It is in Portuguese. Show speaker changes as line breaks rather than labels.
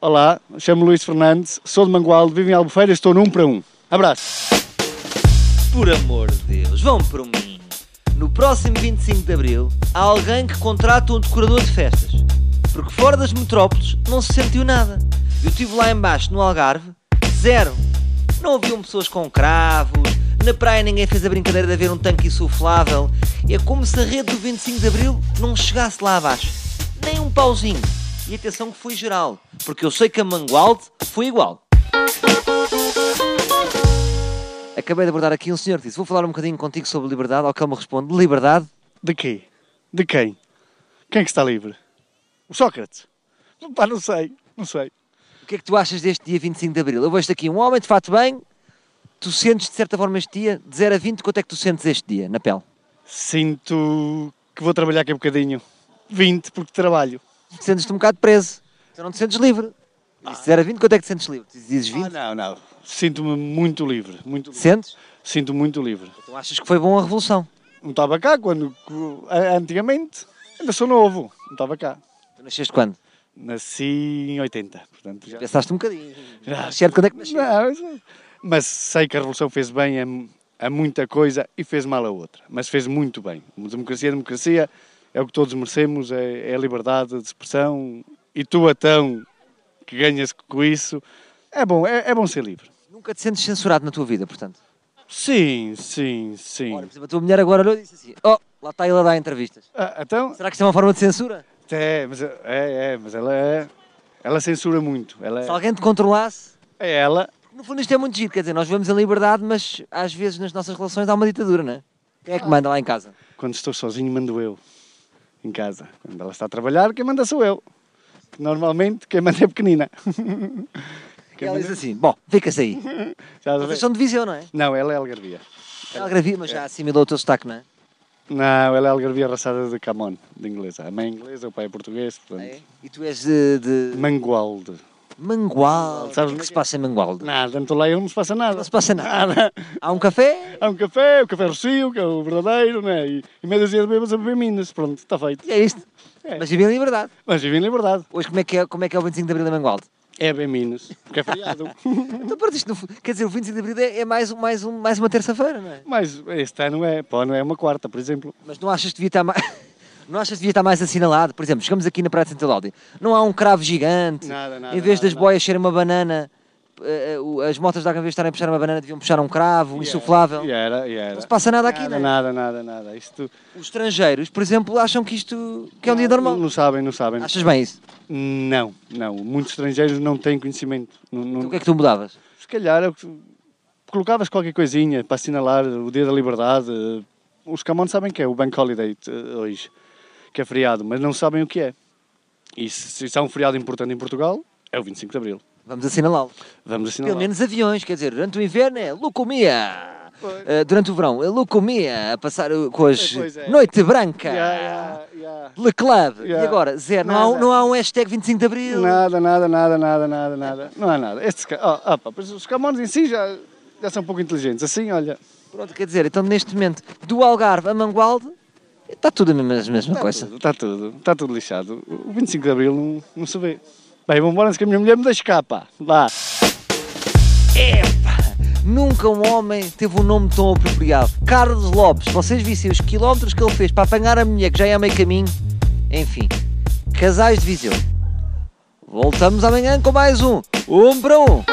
Olá, chamo-me Luís Fernandes, sou de Mangualde, vivo em Albufeira e estou num para um. Abraço!
Por amor de Deus, vão por um mim. No próximo 25 de Abril, há alguém que contrata um decorador de festas. Porque fora das metrópoles não se sentiu nada. Eu estive lá embaixo, no Algarve, zero. Não haviam pessoas com cravos, na praia ninguém fez a brincadeira de haver um tanque insuflável. É como se a rede do 25 de Abril não chegasse lá abaixo. Nem um pauzinho. E atenção que foi geral, porque eu sei que a Mangualde foi igual. Acabei de abordar aqui um senhor que disse: Vou falar um bocadinho contigo sobre liberdade. Ao que ele me responde: Liberdade?
De quê? De quem? Quem é que está livre? O Sócrates? Pá, não sei, não sei.
O que é que tu achas deste dia 25 de Abril? Eu vejo aqui um homem de fato bem. Tu sentes de certa forma este dia, de 0 a 20, quanto é que tu sentes este dia na pele?
Sinto que vou trabalhar aqui um bocadinho. 20, porque trabalho.
Sentes-te um bocado preso. Tu não te sentes livre. E se 0 a 20, quanto é que te sentes livre? Tu dizes 20?
Ah, não, não. Sinto-me muito livre. Muito livre.
Sentes?
Sinto-me muito livre.
Então achas que foi bom a revolução?
Não estava cá quando. antigamente. Ainda sou novo. Não estava cá.
Tu nasceste quando?
Nasci em 80, portanto já.
Pensaste um bocadinho. Já. Certo, quando é que nasceste?
Não, mas- mas sei que a Revolução fez bem a, a muita coisa e fez mal a outra, mas fez muito bem. Democracia, democracia é o que todos merecemos, é, é a liberdade de expressão e tu, então, que ganhas com isso, é bom, é, é bom ser livre.
Nunca te sentes censurado na tua vida, portanto.
Sim, sim, sim.
Olha, por exemplo, a tua mulher agora olhou e disse assim: Oh, lá está ele a dar entrevistas.
Ah, então,
Será que isto é uma forma de censura?
é, mas, é, é, mas ela é- Ela censura muito. Ela
Se alguém te controlasse.
é, é ela.
Porque, No fundo, isto é muito giro, quer dizer, nós vivemos em liberdade, mas às vezes nas nossas relações há uma ditadura, não é? Quem é que manda lá em casa?
Quando estou sozinho, mando eu. Em casa. Quando ela está a trabalhar, quem manda sou eu. Que Normalmente, quem manda é pequenina. é
E ela diz assim: Bom, fica-se aí.
Já
Vocês
vê?
são de Viseu, não é?
Não, ela é algarvia.
Ela gravia, mas já assimilou o teu sotaque, não é?
Não, ela é algarvia raçada de Camon, de inglesa. A mãe é inglesa, o pai é português, portanto.
É? E tu és de, de...
Mangualde.
Mangualde.
Sabes onde é
o que é que
que
se passa em Mangualde?
Nada, não estou lá e não se passa nada.
Não se passa nada. Há um café
Há um café, o café Rocio, que é o verdadeiro, né? E, e meia dúzia de bebas a beber Minas. Pronto, está feito.
e é isto. Mas vive em liberdade.
Mas vive em liberdade.
Hoje, como é que é, como é, que é o 25 de Abril em Mangualde?
É bem Minas, porque é feriado.
Então, pronto, isto, no fu- quer dizer, o 25 de Abril é, é mais, um, mais, um, mais uma terça-feira, não é?
Mas este ano é, pá, não é uma quarta, por exemplo.
Mas não achas que devia estar mais... Não achas que devia estar mais assinalado? Por exemplo, chegamos aqui na Praia de Santa Lódia. Não há um cravo gigante.
Nada, nada,
em vez
nada,
das
nada.
boias serem uma banana, eh, eh, o- as motas de água, em vez de estarem a puxar uma banana, deviam puxar um cravo, um insuflável.
E era, e era.
Não se passa nada aqui, não
nada,
é?
nada, nada, nada. Isto
Os estrangeiros, por exemplo, acham que isto que é um dia normal.
Não, não sabem, não sabem.
Achas bem isso?
Não, não. Muitos estrangeiros não têm conhecimento. Não- não-
Então, o que é que tu mudavas?
Se calhar eu- colocavas qualquer coisinha para assinalar o Dia da Liberdade. eh, Os camões sabem que é o Bank Holiday eh, hoje, que é feriado, mas não sabem o que é. E se, se há um feriado importante em Portugal, é o 25 de Abril.
Vamos assinalá-lo.
Vamos assinalar.
Pelo menos aviões, quer dizer, durante o inverno é leucomia. Eh, durante o verão é leucomia. A passar eh, com as.
Pois é.
Noite Branca.
Yeah, yeah, yeah.
Le Club. E
Yeah.
agora, zero. Não há, um-
Nada.
não há um hashtag 25 de Abril.
Nada, nada, nada, nada, nada, nada. Não há nada. Estes, ca- oh, ah, pá, pois os camões em si já, já são um pouco inteligentes. Assim, olha.
Pronto, quer dizer, então neste momento, do Algarve a Mangualde, está tudo a mesma, a mesma coisa.
Está tudo, está tudo lixado. O 25 de Abril não, não se vê. Bem, vamos embora antes que a minha mulher me deixe cá, pá. Lá.
Nunca um homem teve um nome tão apropriado. Carlos Lopes, vocês vissem os quilómetros que ele fez para apanhar a mulher que já ia a meio caminho. Enfim, casais de Viseu. Voltamos amanhã com mais um. Um para um.